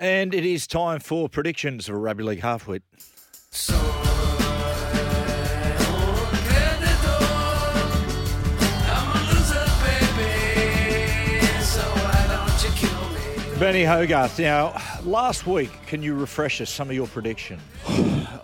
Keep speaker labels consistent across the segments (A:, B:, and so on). A: And it is time for predictions for Rugby League Halfwit. Bernie Hogarth, now, last week, can you refresh us some of your prediction?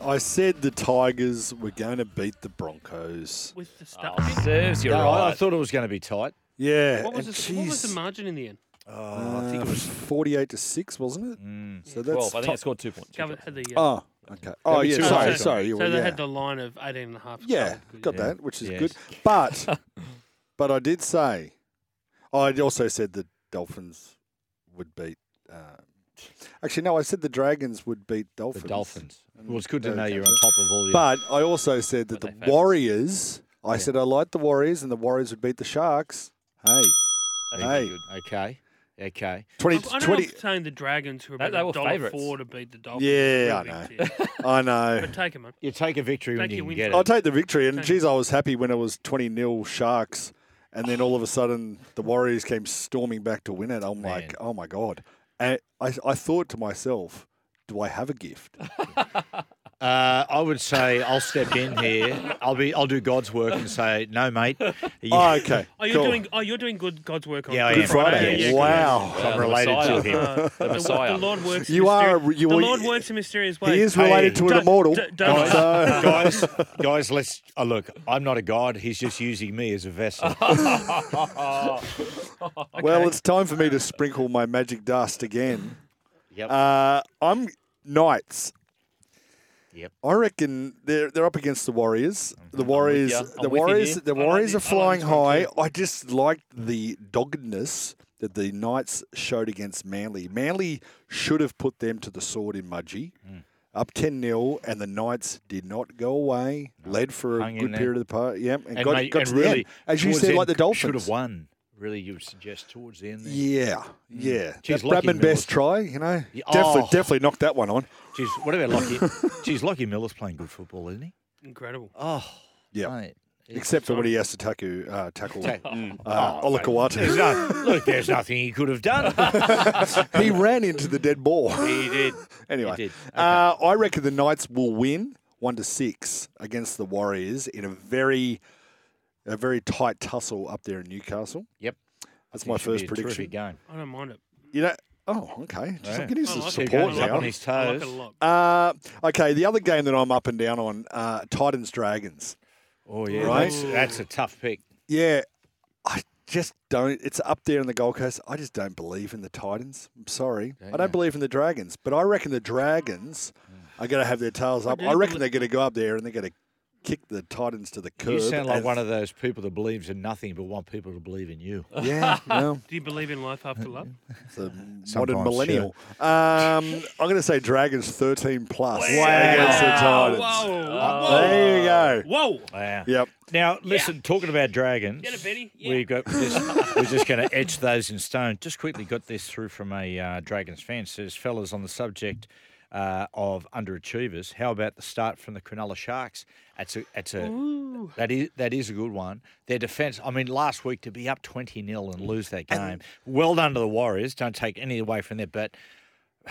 B: I said the Tigers were going to beat the Broncos.
C: With the
D: Oh,
C: stuff.
D: Serves you
A: No, I- I
D: right.
A: thought it was going to be tight.
B: Yeah.
C: what, was
B: and
C: the, what was the
B: geez,
C: margin in the end?
A: Oh, I think it
B: uh,
A: was Mm.
B: 48 to 6, wasn't it? So that's
D: Twelve. I think
B: top-
D: I scored two points.
C: Covered had the. Uh,
B: Oh, okay. Oh,
A: be
B: yeah.
A: two
C: no,
B: Sorry,
A: eight.
C: so,
B: sorry.
C: So
B: you were-
C: they
B: yeah.
C: had the line of 18 and a half.
B: yeah, got
C: covered, good,
B: that, which is
A: Yes.
B: good. But, but I did say, I also said the Dolphins would beat. Um, actually, no, I said the Dragons would beat
A: the
B: Dolphins.
A: Dolphins. Well, it's good to
B: There
A: know
B: we go.
A: you're on top of all your.
B: But I also said that
D: But they
B: the
D: favourites.
B: Warriors. I said I liked the Warriors, and the Warriors would beat the Sharks. Hey, hey,
A: Okay. Okay.
B: twenty,
C: I don't know
B: twenty.
C: if saying the Dragons who are
D: They-
C: about
D: they were
C: a dollar
D: favourites.
C: four to beat the Dolphins.
B: Yeah,
C: is
B: I
C: really big shit.
B: I know.
C: but take them, man.
A: You take a victory when
C: Take
A: you
C: your
A: can
C: wins.
A: get it.
B: I'll take the victory, and
C: Okay.
B: geez, I was happy when it was twenty 0 Sharks, and then all of a sudden the Warriors came storming back to win it. I'm
A: Man.
B: like, oh my god! And I, I thought to myself, do I have a gift?
A: Uh, I would say I'll step in here. I'll be. I'll do God's work and say no, mate. You-
B: Oh, okay.
C: Oh, you're
B: cool.
C: doing. Oh, you're doing good. God's work on
A: Yeah, I
C: Good
A: am.
B: Good Friday.
C: Yeah,
A: Yes.
C: good.
B: Wow.
D: Well,
A: I'm
D: the
A: related to
D: Messiah.
A: him.
C: Uh, the, the
D: Messiah.
C: Lord works.
B: You
C: mysteri-
B: are- you
C: the
B: are-
C: Lord works in mysterious ways.
B: He is related
A: Hey,
B: to an
C: don't-
B: immortal.
C: don't- don't-
B: so-
A: guys, guys, let's. Oh, look, I'm not a god. He's just using me as a vessel.
B: Well, it's time for me to sprinkle my magic dust again.
A: Yep.
B: Uh, I'm Knights.
A: Yep.
B: I reckon they're they're up against the Warriors. The Warriors,
D: ya. I'm
B: the
D: with you
B: Warriors,
D: here.
B: the
D: I like
B: Warriors
D: thi-
B: are
D: I
B: flying
D: like this
B: high.
D: one
B: I just liked the doggedness that the Knights showed against Manly. Manly should have put them to the sword in Mudgee. Up 10 0, and the Knights did not go away. Led for a
A: Hung in
B: good
A: there.
B: period of the part. Yeah, and,
A: and
B: got,
A: mate,
B: got
A: and
B: to the
A: really,
B: end. As you
A: towards
B: said,
A: the
B: like the
A: end, should
B: Dolphins.
A: have won. Really, you would suggest towards the end. There.
B: Yeah, yeah.
A: Mm. Geez,
B: that
A: Lachie
B: Bradman
A: Miller's-
B: best try, you know.
A: Yeah,
B: Definitely,
A: oh.
B: definitely knocked that one on.
A: Geez, what about Lockie? Geez, Lockie Miller's playing good football, isn't he?
C: Incredible.
A: Oh,
B: Yeah.
A: mate.
B: Except for when he has to tackle, uh, tackle
A: Ta-
B: uh,
A: Oh,
B: Olakawatu.
A: There's no, look, there's nothing he could have done.
B: he ran into the dead ball.
D: He did.
B: anyway,
A: did.
B: Uh, I reckon the Knights will win one to six against the Warriors in a very, a very tight tussle up there in Newcastle.
A: Yep.
B: That's
A: It
B: my
A: should be
B: first
A: a terrific
B: prediction.
A: Game.
C: I don't mind it.
B: You know. Oh, okay. Just
A: Yeah.
B: I'm getting
C: I
B: some
C: like it.
B: support
A: He's up
B: now.
A: on his
C: I like
A: toes.
C: it a lot.
B: Uh, okay, the other game that I'm up and down on, uh, Titans Dragons.
A: Oh yeah,
B: Right?
A: that's, that's a tough pick.
B: Yeah, I just don't. It's up there in the Gold Coast. I just don't believe in the Titans. I'm sorry. I don't believe in the Dragons, but I reckon the Dragons are going to have their tails up.
C: do
B: I, reckon
C: belie-
B: they're going to go up there and they're going to kick the Titans to the curb.
A: You sound like
B: and-
A: one of those people that believes in nothing but want people to believe in you.
B: yeah, well,
C: Do you believe in life after love?
B: it's a modern
A: Sometimes,
B: millennial. Um, I'm going to say Dragons 13 plus against the
C: Wow.
B: Titans.
C: Whoa.
B: There you go.
C: Whoa.
A: Wow.
B: Yep.
A: Now listen, talking about dragons,
C: Get it, Benny. Yeah.
A: we've got just, we're just going to etch those in stone. Just quickly got this through from a uh, dragons fan says, fellas, on the subject. Uh, of underachievers, how about the start from the Cronulla Sharks? That's a, that's a that is that is a good one. Their defence, I mean, last week to be up twenty 0 and lose that game, well done to the Warriors. Don't take any away from that, but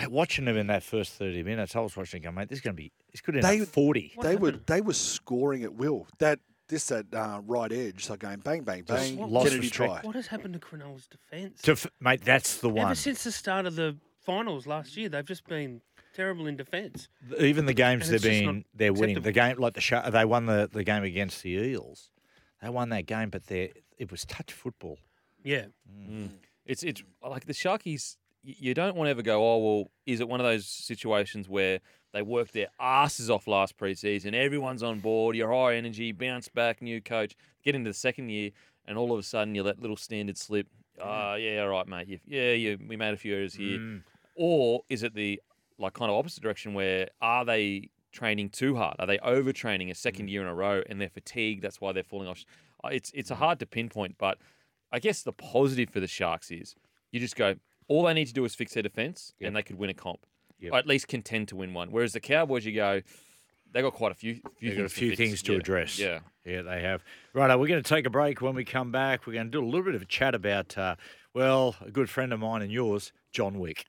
A: watching them in that first thirty minutes, I was watching, it going, mate, this is going to be it's good enough.
B: They-
A: forty.
B: They were they were scoring at will. That this that uh, right edge, so going bang bang bang.
A: lost
B: Kennedy
A: respect.
B: try.
C: What has happened to Cronulla's defence?
A: To f- mate, that's the one.
C: Ever since the start of the finals last year, they've just been terrible in defence.
A: Even the games
C: And
A: they've
C: it's just
A: been
C: not
A: they're winning. The game like the Shar- they won the, the game against the Eels. They won that game, but they it was touch football.
C: Yeah.
D: It's it's like the Sharkies. y- You don't want to ever go. Oh well, is it one of those situations where they worked their asses off last preseason? Everyone's on board. You're high energy, bounce back, new coach. Get into the second year, and all of
C: Mm.
D: a sudden you let little standard slip. Ah, yeah, all right, mate. You, yeah, you, we made a few errors here. or is it the like kind of opposite direction where are they training too hard? Are they overtraining a
A: Mm.
D: second year in a row and they're fatigued? That's why they're falling off. Uh, It's it's
A: Mm.
D: a hard to pinpoint, but I guess the positive for the Sharks is you just go all they need to do is fix their defense and they could win a comp.
A: Yep.
D: Or at least contend to win one. Whereas the Cowboys, you go, they got quite a few, few
A: They've got a
D: things to
A: few
D: fix.
A: things to
D: Yeah.
A: address.
D: Yeah.
A: Yeah, they have. Right, we're going to take a break. When we come back, we're going to do a little bit of a chat about, uh, well, a good friend of mine and yours, John Wick.